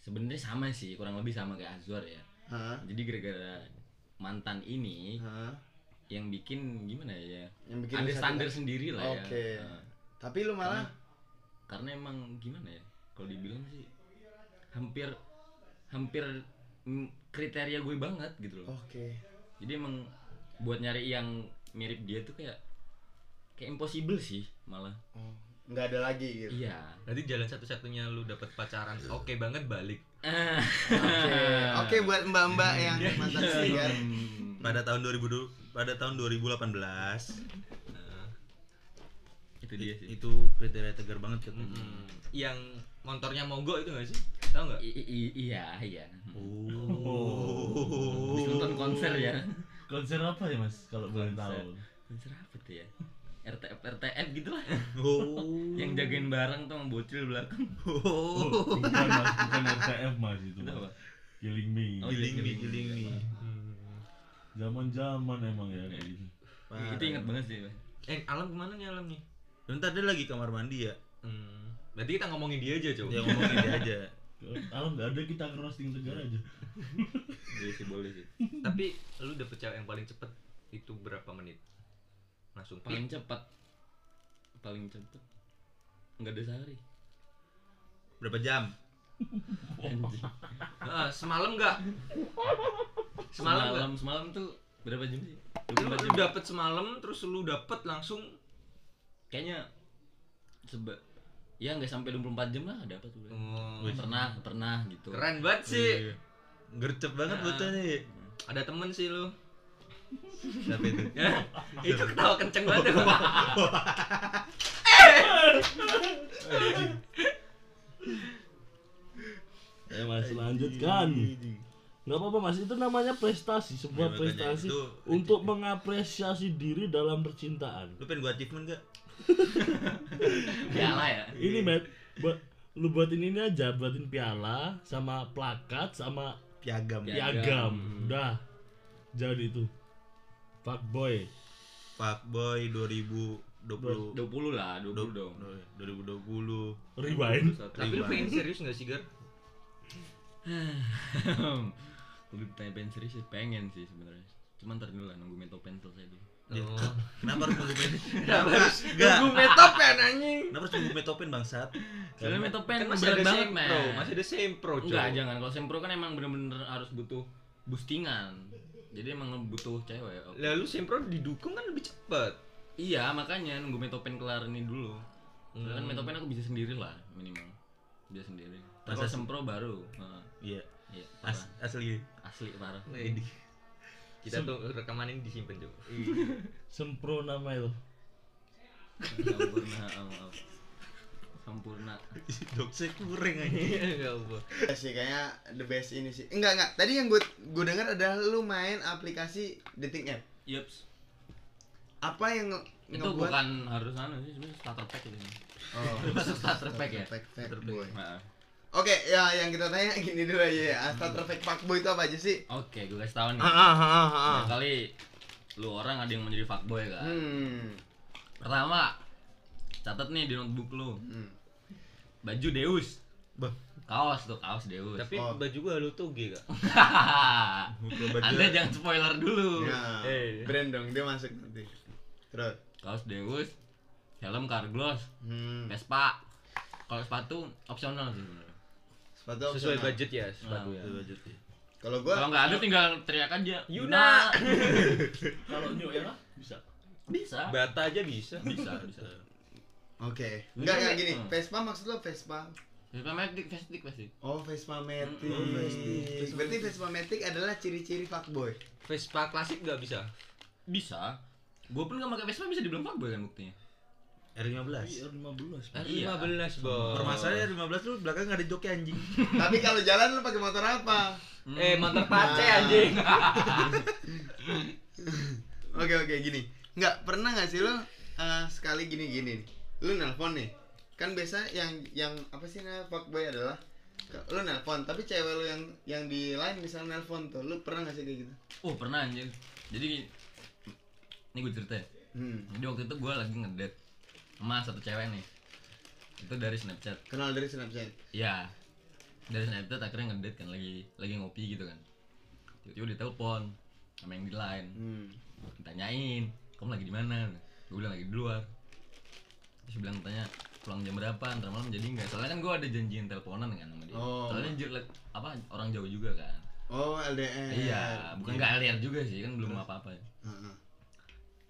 Speaker 6: sebenarnya sama sih kurang lebih sama kayak Azwar ya
Speaker 2: Hah?
Speaker 6: jadi gara-gara mantan ini
Speaker 2: Hah?
Speaker 6: yang bikin gimana ya
Speaker 2: Yang bikin
Speaker 6: ada
Speaker 2: lu sakit
Speaker 6: standar
Speaker 2: hati?
Speaker 6: sendiri lah ya Kan
Speaker 2: Oke.
Speaker 6: Nah,
Speaker 2: Tapi lu malah
Speaker 6: karena emang gimana ya kalau dibilang sih hampir hampir mm, kriteria gue banget gitu
Speaker 2: Oh,
Speaker 6: loh
Speaker 2: Oke.
Speaker 6: jadi emang buat nyari yang mirip dia tuh kayak kayak impossible sih malah
Speaker 2: Oh, nggak ada lagi gitu.
Speaker 6: iya
Speaker 5: Berarti jalan satu-satunya lu dapat pacaran oke banget balik.
Speaker 2: Oke.
Speaker 6: Iya.
Speaker 2: Oke buat mbak-mbak yang
Speaker 5: Hmm.
Speaker 2: mantan kan? sigar.
Speaker 3: pada tahun 2000 pada tahun 2018
Speaker 6: itu dia sih
Speaker 3: itu kriteria tegar banget kan? katanya.
Speaker 5: Hmm. Yang motornya mogok itu gak sih? Tahu nggak?
Speaker 6: I- i- iya iya
Speaker 3: Oh.
Speaker 6: Habis nonton konser ya
Speaker 4: Konser apa ya mas? Kalau boleh
Speaker 6: Konser.
Speaker 4: tahu.
Speaker 6: konser apa tuh ya RTF RTF gitu lah
Speaker 3: Oh.
Speaker 6: yang jagain barang tuh sama bocil belakang
Speaker 4: Oh, bukan mas, bukan RTF mas itu.
Speaker 6: Kenapa?
Speaker 4: Mas. Killing me.
Speaker 6: Oh,
Speaker 3: Giling me, giling
Speaker 6: Giling
Speaker 3: me.
Speaker 4: Zaman-zaman emang ya kayak gitu.
Speaker 5: Nah.
Speaker 3: Parah.
Speaker 6: itu inget banget sih Pak.
Speaker 5: Eh, alam kemana nih alam nih?
Speaker 3: Bentar dia lagi kamar mandi ya.
Speaker 5: Hmm. Berarti kita ngomongin dia aja, coba.
Speaker 3: Dia ngomongin dia aja.
Speaker 4: Kalau nggak ada kita ke roasting tegar aja.
Speaker 6: boleh sih boleh sih
Speaker 5: Tapi lu dapet cewek yang paling cepet itu berapa menit? Langsung
Speaker 6: paling cepat paling cepat nggak ada sehari
Speaker 3: Berapa jam?
Speaker 6: Anjing.
Speaker 5: Ah, semalam nggak? Semalam nggak?
Speaker 6: semalam semalam tuh berapa jam sih
Speaker 5: Lu,
Speaker 6: 24
Speaker 5: lu
Speaker 6: jam
Speaker 5: dapet semalam, terus lu dapet langsung
Speaker 6: kayaknya seba ya nggak sampai 24 jam lah dapat udah
Speaker 5: oh,
Speaker 6: pernah pernah gitu
Speaker 5: keren banget sih.
Speaker 3: Iya. Gercep banget
Speaker 5: Nah.
Speaker 3: bocah nih.
Speaker 5: Ada temen sih lu.
Speaker 3: Siapa itu?
Speaker 6: Iya.
Speaker 5: Ya, itu ketawa kenceng banget. ya,
Speaker 4: Eh mas lanjutkan. Gak apa-apa mas, itu namanya prestasi,
Speaker 3: Ya,
Speaker 4: sebuah
Speaker 3: makanya
Speaker 4: prestasi
Speaker 3: itu-
Speaker 4: untuk mengapresiasi diri dalam percintaan.
Speaker 3: Lu pengen gua achievement gak?
Speaker 6: piala ya
Speaker 4: Ini met, buat lu buatin ini aja, buatin piala sama plakat sama
Speaker 3: Piagam.
Speaker 6: Ya. Piagam.
Speaker 4: piagam. Udah. Jadi itu. Fuck boy.
Speaker 3: Fuckboy 2020.
Speaker 6: 20 lah 20
Speaker 3: Du-
Speaker 6: dong
Speaker 3: 2020.
Speaker 4: Rewind.
Speaker 5: Tapi lu pengen serius nggak sih, Gar?
Speaker 6: lebih ditanya pengen serius sih pengen sih sebenarnya cuman ntar dulu lah nunggu metal pencil saya dulu
Speaker 5: Oh.
Speaker 3: Gitu. Kenapa harus nunggu men?
Speaker 5: Kenapa harus
Speaker 3: Nggak.
Speaker 5: nunggu metopen anjing?
Speaker 3: Kenapa harus nunggu metopen bangsat?
Speaker 6: soalnya metal
Speaker 5: Kan
Speaker 6: pen
Speaker 5: masih
Speaker 6: berat
Speaker 5: ada
Speaker 6: banget
Speaker 5: sempro,
Speaker 6: men
Speaker 5: masih ada sempro, coy.
Speaker 6: enggak jangan kalau sempro kan emang bener-bener harus butuh boostingan jadi emang butuh cewek
Speaker 5: Lalu sempro didukung kan lebih cepet.
Speaker 6: iya makanya nunggu metopen kelar ini dulu
Speaker 5: Hmm.
Speaker 6: Soalnya kan metopen aku bisa sendiri lah minimal bisa sendiri Ntar
Speaker 3: Masa
Speaker 6: kalau
Speaker 3: sih?
Speaker 6: sempro baru Heeh.
Speaker 3: Iya.
Speaker 6: iya parah.
Speaker 3: As asli.
Speaker 6: asli parah
Speaker 5: Nih. Kita tuh rekaman ini disimpan coba.
Speaker 4: Sempro nama itu.
Speaker 6: sempurna ah, maaf sempurna
Speaker 3: Doksek kurang aja.
Speaker 5: Enggak apa.
Speaker 2: Ya sih kayaknya the best ini sih. Enggak enggak. Tadi yang gue gue dengar adalah lu main aplikasi dating app.
Speaker 6: yups
Speaker 2: Apa yang nge-
Speaker 6: itu
Speaker 2: ngebuat-
Speaker 6: bukan harus anu sih sebenarnya starter pack gitu. itu
Speaker 2: Oh,
Speaker 6: masuk starter pack ya
Speaker 2: Pack, pack, boy.
Speaker 6: Heeh.
Speaker 2: Oke, ya yang kita tanya gini dulu aja ya.
Speaker 6: Hmm.
Speaker 2: Asta Perfect Fuckboy itu apa aja sih?
Speaker 6: oke gue kasih tahu nih
Speaker 2: Ah, ah, ah, ah.
Speaker 6: kali lu orang ada yang menjadi fuckboy kan
Speaker 2: Hmm.
Speaker 6: pertama catat nih di notebook lu
Speaker 2: Hmm.
Speaker 6: baju Deus
Speaker 3: Bah.
Speaker 6: kaos tuh kaos Deus
Speaker 5: Tapi
Speaker 2: Oh.
Speaker 5: baju gua lu tuh G gak?
Speaker 3: Bukan baju.
Speaker 6: Anda jangan spoiler dulu.
Speaker 2: Ya,
Speaker 5: Eh.
Speaker 2: brand dong dia masuk nanti. Terus.
Speaker 6: Kaos Deus, helm Carglass
Speaker 2: Hmm.
Speaker 6: Vespa kalau sepatu opsional sih sebenarnya
Speaker 2: Sepatu
Speaker 5: sesuai
Speaker 2: opsional.
Speaker 5: budget ya sepatu
Speaker 6: Nah,
Speaker 5: ya
Speaker 2: Kalau gua
Speaker 6: kalau nggak ada tinggal teriak aja
Speaker 5: Yuna!
Speaker 4: Kalau New Era bisa.
Speaker 6: bisa
Speaker 5: bata aja bisa
Speaker 6: bisa bisa
Speaker 2: Oke. Enggak enggak gini.
Speaker 6: Hmm.
Speaker 2: Vespa maksud lo Vespa.
Speaker 6: Vespa Matic Vespa pasti
Speaker 2: Oh, Vespa Matic.
Speaker 6: Oh,
Speaker 2: Matic. Berarti hmm, Vespa Matic adalah ciri-ciri fuckboy.
Speaker 5: Vespa klasik nggak bisa
Speaker 6: bisa gue pun nggak pakai Vespa bisa dibilang fuckboy kan buktinya
Speaker 3: R15
Speaker 4: R15.
Speaker 6: Eh, iya.
Speaker 5: 15 bos
Speaker 3: Permasalahannya R15 lu belakang gak ada joki anjing
Speaker 2: Tapi kalau jalan lo pakai motor apa?
Speaker 5: eh motor pace
Speaker 2: Nah.
Speaker 5: anjing
Speaker 2: Oke oke gini. Enggak pernah nggak sih lo eh, sekali gini gini. Lo nelpon nih. Kan biasa yang yang apa sih namanya fuckboy adalah ke- lo nelpon tapi cewek lo yang yang di lain misalnya nelpon tuh lo pernah nggak sih kayak gitu
Speaker 6: oh pernah anjir jadi ini gue cerita ya
Speaker 2: hmm.
Speaker 6: jadi waktu itu gue lagi ngedate sama satu cewek nih itu dari Snapchat
Speaker 2: kenal dari snapchat
Speaker 6: Iya. Dari Snapchat akhirnya ngedate kan lagi lagi ngopi gitu kan. Tiba-tiba ditelepon sama yang di line.
Speaker 2: hmm.
Speaker 6: Ditanyain, "Kamu lagi di mana?" Gue bilang lagi di luar. Terus bilang tanya, "Pulang jam berapa? Ntar malam jadi enggak?" Soalnya kan gue ada janjian teleponan kan sama dia.
Speaker 2: Oh.
Speaker 6: Soalnya jelek apa orang jauh juga kan.
Speaker 2: oh LDR
Speaker 6: Iya, bukan enggak LDR juga sih, kan belum apa-apa.
Speaker 2: Heeh.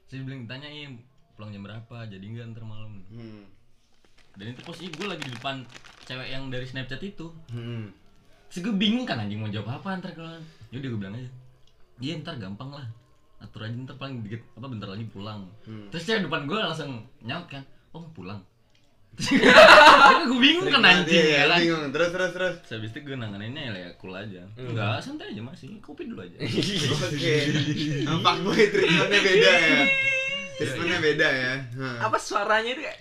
Speaker 6: Terus bilang ditanyain, "Pulang jam berapa? Jadi enggak ntar malam?"
Speaker 2: hmm.
Speaker 6: Dan itu posisi gue lagi di depan cewek yang dari Snapchat itu.
Speaker 2: Hmm.
Speaker 6: Terus gue bingung kan anjing mau jawab apa ntar kalau Yaudah gue bilang aja Iya ntar gampang lah Atur aja ntar paling dikit apa bentar lagi pulang
Speaker 2: Hmm.
Speaker 6: Terus cewek depan gue langsung nyaut kan Oh pulang Terus gue bingung kan anjing
Speaker 2: Iya,
Speaker 6: ya kan
Speaker 2: bingung terus terus terus
Speaker 6: Terus habis itu gue nanganinnya ya cool aja
Speaker 2: Hmm.
Speaker 6: Enggak santai aja masih kopi dulu aja iya,
Speaker 2: oke nampak gue treatmentnya beda ya treatmentnya beda ya Hah.
Speaker 5: apa suaranya itu kayak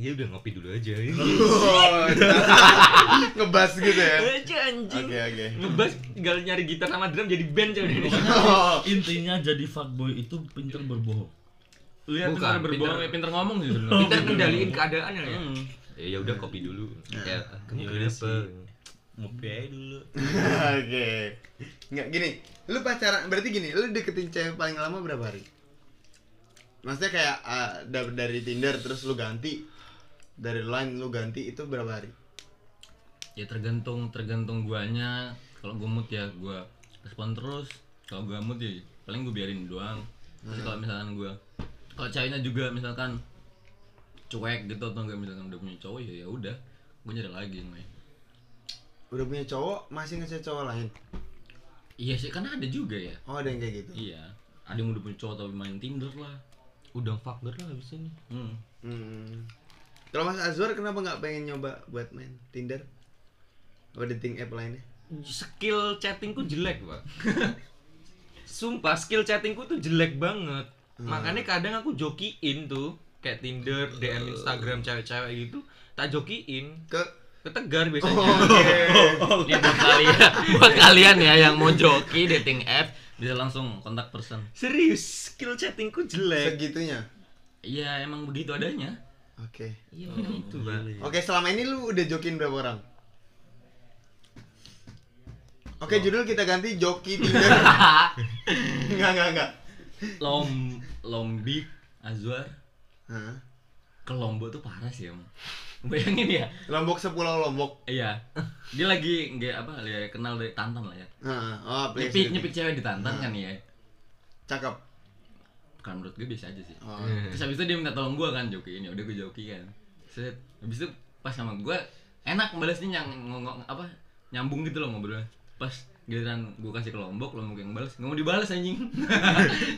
Speaker 5: ya udah ngopi dulu aja
Speaker 2: Oh, ngebas gitu ya
Speaker 5: aja "Eh, anjing
Speaker 2: oke oke
Speaker 5: ngebas tinggal nyari gitar sama drum jadi band coy
Speaker 2: Oh,
Speaker 4: Intinya jadi fuckboy itu pinter berbohong.
Speaker 6: Lihat
Speaker 5: Bukan,
Speaker 6: pinter berbohong
Speaker 5: pinter- ya.
Speaker 6: pinter ngomong sih sebenarnya.
Speaker 5: kita kendaliin keadaan ya ya ya udah kopi dulu
Speaker 2: Nah.
Speaker 5: ya kamu
Speaker 3: Ya udah
Speaker 5: kenapa
Speaker 3: sih. Ngopi aja dulu
Speaker 2: oke nggak gini lu pacaran berarti gini lu deketin cewek paling lama berapa hari maksudnya kayak ah, da- dari Tinder terus lu ganti dari line lu ganti itu berapa hari
Speaker 6: Ya tergantung tergantung guanya Kalau gue mood ya gue respon terus Kalau gue mood ya paling gue biarin doang Terus kalau misalkan gue Kalau ceweknya juga misalkan cuek gitu atau enggak misalkan udah punya cowok ya ya udah gue nyari lagi yang lain
Speaker 2: udah punya cowok masih ngecat cowok lain
Speaker 6: iya sih karena ada juga ya
Speaker 2: oh ada yang kayak gitu
Speaker 6: iya ada yang udah punya cowok tapi main tinder lah
Speaker 5: udah fuck girl lah habis ini
Speaker 6: hmm.
Speaker 2: Hmm. Kalau Mas Azwar kenapa nggak pengen nyoba buat main Tinder? Apa dating app lainnya?
Speaker 5: skill chattingku jelek pak sumpah skill chattingku tuh jelek banget makanya kadang aku jokiin tuh kayak Tinder DM Instagram cewek-cewek gitu tak jokiin
Speaker 2: Ke Oh,
Speaker 5: ke tegar biasanya
Speaker 6: Ini buat kalian buat kalian ya yang mau joki dating app bisa langsung kontak person
Speaker 5: serius skill chattingku jelek
Speaker 2: segitunya.
Speaker 6: iya emang begitu adanya
Speaker 2: Oke.
Speaker 5: iya memang itu pak
Speaker 2: Oke, selama ini lu udah jokin berapa orang? Oke, judul kita ganti joki Tinder. Enggak, enggak, enggak.
Speaker 6: Lom Lombik Azwar
Speaker 2: Hah?
Speaker 6: ke Lombok tuh parah sih emang bayangin ya
Speaker 2: Lombok sepulau Lombok.
Speaker 6: iya dia lagi nggak apa ya kenal dari Tantan lah ya
Speaker 2: Heeh. Oh, please.
Speaker 6: nyepik nyepik cewek di Tantan kan ya
Speaker 2: Cakep.
Speaker 6: bukan menurut gue biasa aja sih
Speaker 2: Oh.
Speaker 1: Iya.
Speaker 6: terus habis itu dia minta tolong gue kan jokiin ya udah gue joki kan set habis itu pas sama gue enak balasnya yang ngomong apa nyambung gitu loh ngobrolnya pas giliran gue kasih ke Lombok Lombok yang balas nggak mau dibalas anjing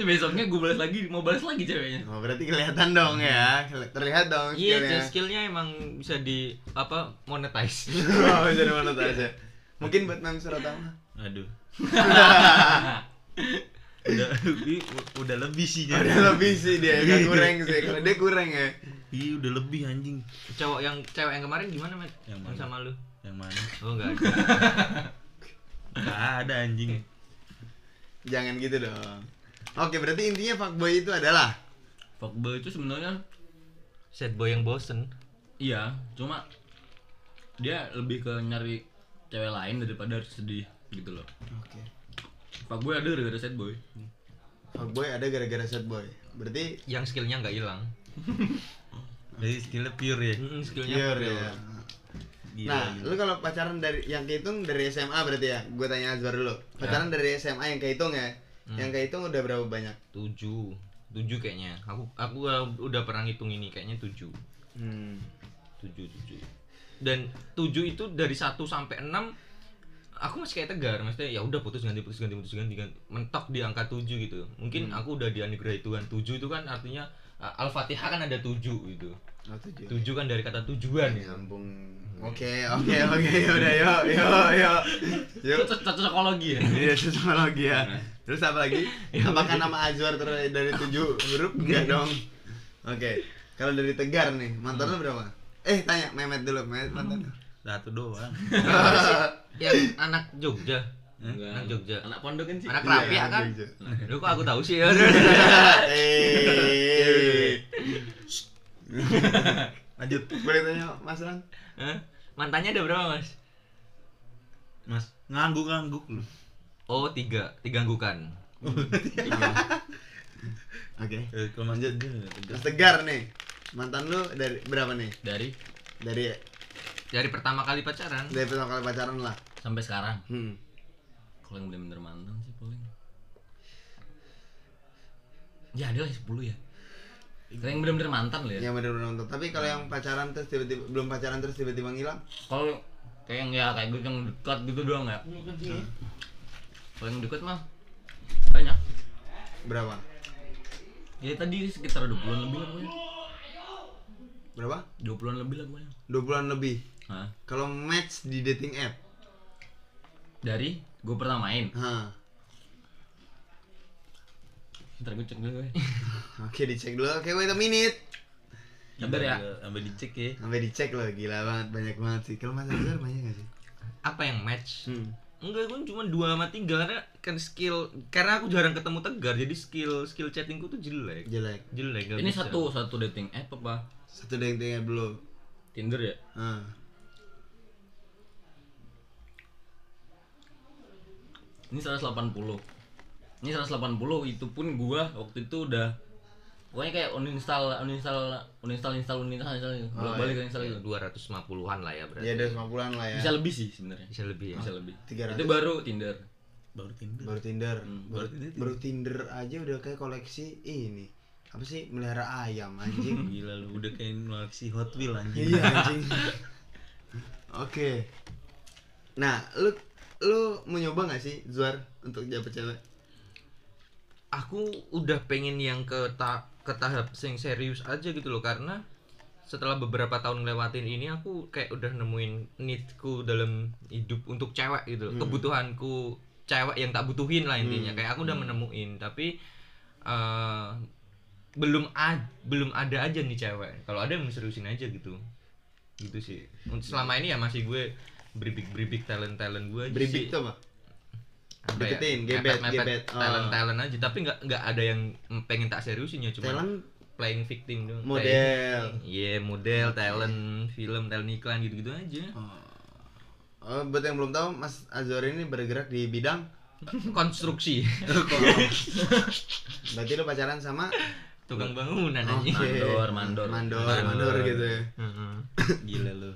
Speaker 6: besoknya gue balas lagi mau balas lagi ceweknya
Speaker 2: Oh, berarti kelihatan dong ya. Terlihat dong
Speaker 5: Iya,
Speaker 2: skillnya.
Speaker 5: skillnya emang bisa di apa monetize.
Speaker 2: Oh, jadi mana tuh aja. Mungkin buat Mang Suratama.
Speaker 3: Aduh udah lebih udah lebih sih
Speaker 2: Ada
Speaker 3: jadi
Speaker 2: lebih sih dia, gak kurang sih. Kalau dia kurang ya.
Speaker 3: Ih, Iya, udah lebih anjing
Speaker 5: Cowok yang cewek yang kemarin gimana, Mat?
Speaker 3: Yang mana?
Speaker 5: sama lu?
Speaker 3: yang mana
Speaker 5: Oh, enggak ada.
Speaker 3: Gak ada anjing
Speaker 2: Jangan gitu dong. Oke, berarti intinya fuckboy itu adalah
Speaker 6: fuckboy itu sebenarnya
Speaker 5: Set boy yang bosen.
Speaker 6: Iya, cuma dia lebih ke nyari cewek lain daripada harus sedih gitu loh.
Speaker 2: Oke.
Speaker 6: Pak gue ada gara-gara sad boy.
Speaker 2: Fuckboy ada gara-gara sad boy. Berarti
Speaker 5: Yang skillnya nggak hilang. Jadi skillnya pure ya.
Speaker 4: Mm-mm, skillnya
Speaker 2: Pure
Speaker 4: pure.
Speaker 2: ya. Nah, lu kalau pacaran dari yang kehitung dari SMA berarti ya? Gue tanya Azwar dulu. Pacaran dari SMA yang kehitung ya? Yang kehitung udah berapa banyak?
Speaker 5: Tujuh, tujuh kayaknya. Aku aku uh, udah pernah ngitung ini kayaknya tujuh,
Speaker 2: Hmm.
Speaker 5: tujuh, tujuh. Dan tujuh itu dari satu sampai enam aku masih kayak tegar maksudnya ya udah putus ganti putus ganti putus ganti ganti mentok di angka tujuh gitu mungkin aku udah dianugerahi Tuhan tujuh itu kan artinya uh, al-fatihah kan ada tujuh gitu
Speaker 2: Oh, tujuh.
Speaker 5: tujuh kan dari kata tujuan ya
Speaker 2: Nyambung. Oke, oke, oke, udah yuk, yuk, yuk. Yuk.
Speaker 6: Itu satu psikologi ya. Nah.
Speaker 2: Iya, sesuatu ya. Terus apa lagi? Apakah nama Azwar ter- dari tujuh huruf? Enggak dong. Oke. Kalau dari Tegar nih, mantan
Speaker 6: Hmm.
Speaker 2: lu berapa? Eh, tanya Mehmet dulu, Mehmet mantan. lu.
Speaker 3: Satu doang.
Speaker 5: yang Ya, anak Jogja anak
Speaker 6: Enggak.
Speaker 5: Jogja
Speaker 6: Anak pondok kan sih.
Speaker 5: anak
Speaker 2: Iya,
Speaker 5: Rapia
Speaker 2: anak
Speaker 5: kan
Speaker 2: Jogja.
Speaker 5: lu kok aku tahu sih ya
Speaker 6: Iya,
Speaker 2: Eh.
Speaker 3: Lanjut.
Speaker 2: Boleh tanya Mas Lang?
Speaker 5: Hah? mantannya ada berapa mas
Speaker 3: Mas, ngangguk-ngangguk lu.
Speaker 5: Oh tiga, tiga anggukan.
Speaker 2: Oke.
Speaker 3: Eh, Kalau manjat dia nggak tegas.
Speaker 2: Terus Tegar nih. Mantan lu dari berapa nih?
Speaker 6: Dari
Speaker 2: Dari
Speaker 5: Dari pertama kali pacaran,
Speaker 2: dari pertama kali pacaran lah.
Speaker 6: sampai sekarang.
Speaker 2: Hmm.
Speaker 6: Kalau yang bener-bener mantan sih paling. Ya ada lah 10 ya. Kalau yang bener-bener mantan lah ya.
Speaker 2: Yang benar-benar untuk. Tapi kalau yang pacaran terus tiba-tiba belum pacaran terus tiba-tiba ngilang.
Speaker 6: Kalau kayak yang ya kayak gue yang dekat gitu doang ya. Kalau yang dekat mah banyak.
Speaker 2: Berapa?
Speaker 6: Ya tadi sekitar 20-an lebih lah pokoknya.
Speaker 2: Berapa?
Speaker 6: 20-an lebih lah pokoknya.
Speaker 2: 20-an lebih.
Speaker 6: Hah?
Speaker 2: Kalau match di dating app.
Speaker 6: Dari gue pernah main.
Speaker 2: Hah.
Speaker 6: Ntar gue cek dulu eh. gue.
Speaker 2: Oke dicek dulu. Oke wait a minute.
Speaker 6: Sabar ya.
Speaker 3: Gila, Sampai dicek ya.
Speaker 2: Sampai dicek loh, gila banget banyak banget sih. Kalau Mas Azhar banyak gak sih?
Speaker 5: apa yang match?
Speaker 2: Hmm.
Speaker 5: Enggak, gue cuma dua sama tiga karena kan skill karena aku jarang ketemu tegar jadi skill skill chattingku tuh jelek.
Speaker 2: Jelek.
Speaker 5: Jelek gak
Speaker 6: Ini
Speaker 5: bisa.
Speaker 6: satu satu dating app apa?
Speaker 2: Satu dating app dulu.
Speaker 6: Tinder ya?
Speaker 2: Hah.
Speaker 6: Ini 180. Ini 180 itu pun gua waktu itu udah pokoknya kayak uninstall uninstall uninstall install uninstall install
Speaker 2: Oh,
Speaker 6: bolak-balik
Speaker 2: iya.
Speaker 6: uninstall itu.
Speaker 5: 250-an lah ya berarti.
Speaker 2: Ya udah 50-an lah ya.
Speaker 6: Bisa lebih sih sebenarnya.
Speaker 5: Bisa lebih ya.
Speaker 6: Bisa lebih.
Speaker 2: 300.
Speaker 6: Itu baru Hmm, Tinder.
Speaker 3: Baru Tinder.
Speaker 2: Baru Tinder. baru,
Speaker 3: baru Tinder.
Speaker 2: baru Tinder aja udah kayak koleksi ini. Apa sih? Melihara ayam anjing.
Speaker 3: Gila lu udah kayak ngoleksi Hot Wheels anjing.
Speaker 2: Iya anjing. Oke. Nah, lu lu mau nyoba gak sih Zuar untuk dapet cewek?
Speaker 5: Aku udah pengen yang ke ta- ke tahap sing serius aja gitu loh karena setelah beberapa tahun ngelewatin ini aku kayak udah nemuin needku dalam hidup untuk cewek gitu loh. kebutuhanku cewek yang tak butuhin lah intinya kayak aku udah menemuin tapi eh, belum a- belum ada aja nih cewek kalau ada yang seriusin aja gitu gitu sih Untuk selama ini ya masih gue beribik beribik talent talent gue aja
Speaker 2: Beribik
Speaker 5: sih.
Speaker 2: tuh, Pak.
Speaker 5: Apa ya,
Speaker 2: Deketin, gebet,
Speaker 5: mepet-mepet
Speaker 2: gebet. Oh.
Speaker 5: talent talent aja tapi nggak nggak ada yang pengen tak seriusin ya cuma
Speaker 2: Talent
Speaker 5: playing victim dong
Speaker 2: model.
Speaker 5: Iya model, talent, film, talent iklan gitu-gitu aja.
Speaker 2: Oh, buat yang belum tahu, Mas Azwar ini bergerak di bidang
Speaker 5: Konstruksi,
Speaker 2: berarti lu pacaran sama
Speaker 5: tukang bangunan
Speaker 2: Oke.
Speaker 5: aja.
Speaker 6: Mandor, mandor.
Speaker 2: mandor, mandor gitu ya.
Speaker 5: Heeh.
Speaker 3: Gila lu.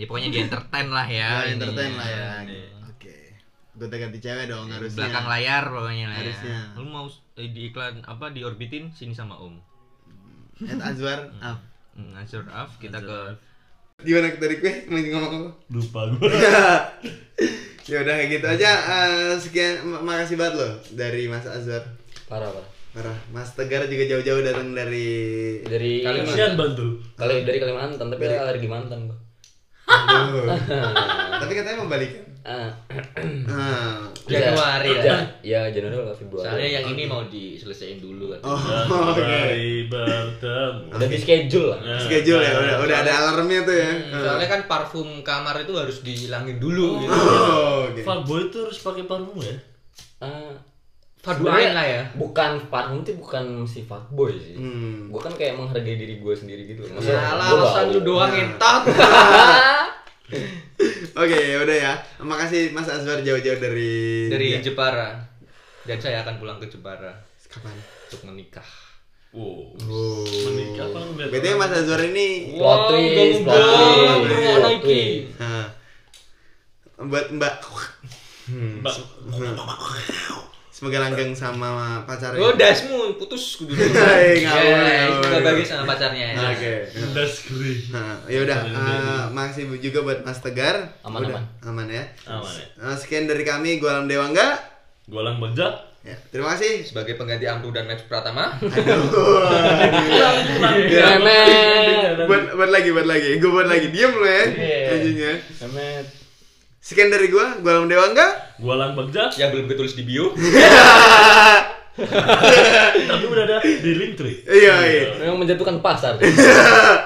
Speaker 5: ya pokoknya di entertain lah ya.
Speaker 2: Ya,
Speaker 5: intinya.
Speaker 2: entertain lah ya.
Speaker 5: Iya.
Speaker 2: Oke. Gue ganti cewek dong harusnya.
Speaker 5: Belakang layar pokoknya lah. ya.
Speaker 2: Harusnya.
Speaker 5: Lu mau eh, di iklan apa di orbitin sini sama Om. Mm,
Speaker 2: At Azwar up.
Speaker 5: Answer off kita ke
Speaker 2: Gimana tadi gue mau ngomong apa?
Speaker 4: Lupa gue.
Speaker 2: ya udah kayak gitu aja. Eh, sekian ma- makasih banget loh dari Mas Azwar.
Speaker 8: parah parah
Speaker 2: Parah. Mas Tegar juga jauh-jauh datang dari
Speaker 8: dari
Speaker 4: Kasihan bantu.
Speaker 8: kalau dari Kalimantan tapi alergi mantan gua
Speaker 2: Aduh. Ah, Tapi katanya mau balikan.
Speaker 8: ah
Speaker 2: Ah.
Speaker 8: Januari
Speaker 1: lah.
Speaker 8: ya Iya. Januari lah Februari
Speaker 1: Soalnya yang ini mau diselesaiin dulu kan.
Speaker 2: Oh, oke.
Speaker 4: Dan mari bertemu. Iya.
Speaker 8: udah di schedule lah
Speaker 2: Schedule ya, udah, udah ada alarmnya tuh ya.
Speaker 1: Soalnya kan parfum kamar itu harus dihilangin dulu
Speaker 5: Hmm.
Speaker 1: gitu.
Speaker 2: Oh, oke.
Speaker 4: Fuckboy itu harus pakai parfum ya?
Speaker 8: Ah,
Speaker 1: Padu
Speaker 8: sebenarnya
Speaker 1: air lah ya.
Speaker 8: bukan parfum itu bukan sifat boy sih
Speaker 2: Hmm.
Speaker 8: gue kan kayak menghargai diri gue sendiri gitu loh Maksudnya,
Speaker 1: Ya
Speaker 8: gua
Speaker 1: alasan
Speaker 8: bau.
Speaker 1: lu doang
Speaker 2: Iya.
Speaker 1: entot.
Speaker 2: Oke, udah ya. Makasih Mas Azwar jauh-jauh dari Iya.
Speaker 5: dari Jepara dan saya akan pulang ke Jepara
Speaker 2: kapan?
Speaker 5: untuk menikah.
Speaker 4: Wow. Menikah apa ngeliat?
Speaker 2: Berarti Mas Azwar ini
Speaker 8: Plot twist, plot
Speaker 2: gampang
Speaker 8: twist,
Speaker 2: bro,
Speaker 8: plot twist.
Speaker 2: nah, buat Mbak Hmm,
Speaker 4: Mbak,
Speaker 2: semoga langgeng sama pacarnya.
Speaker 1: Oh, dasmu putus Ya, kudu.
Speaker 2: Hei,
Speaker 5: Iya,
Speaker 2: nggak Ya boleh,
Speaker 1: Guys,
Speaker 2: nggak boleh. Nah.
Speaker 1: nggak bagus sama pacarnya. ya.
Speaker 2: Oke.
Speaker 4: das gurih.
Speaker 2: Nah, ya udah eh, makasih juga buat Mas Tegar.
Speaker 8: Aman,
Speaker 2: udah, aman. ya.
Speaker 4: Aman ya.
Speaker 2: Eh, sekian dari kami Gua Alam Dewangga.
Speaker 4: Gue lang bagja.
Speaker 2: Ya, terima kasih.
Speaker 1: Sebagai pengganti Amru dan Max Pratama,
Speaker 4: Iya,
Speaker 2: buat buat lagi, buat lagi. Gua buat lagi. Diam lo ya. Anjingnya. Sekian dari gua, gua Alam Dewangga.
Speaker 4: Gue lang bagja.
Speaker 1: yang belum ketulis di bio.
Speaker 4: Tapi udah ada di link tree.
Speaker 2: Iya, iya.
Speaker 8: Memang menjatuhkan pasar.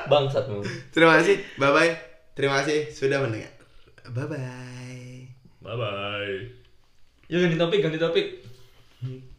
Speaker 8: Bangsat memang.
Speaker 2: Terima kasih. Bye bye. Terima kasih sudah mendengar. Bye bye.
Speaker 4: Bye bye.
Speaker 1: Yuk ganti topik, ganti topik.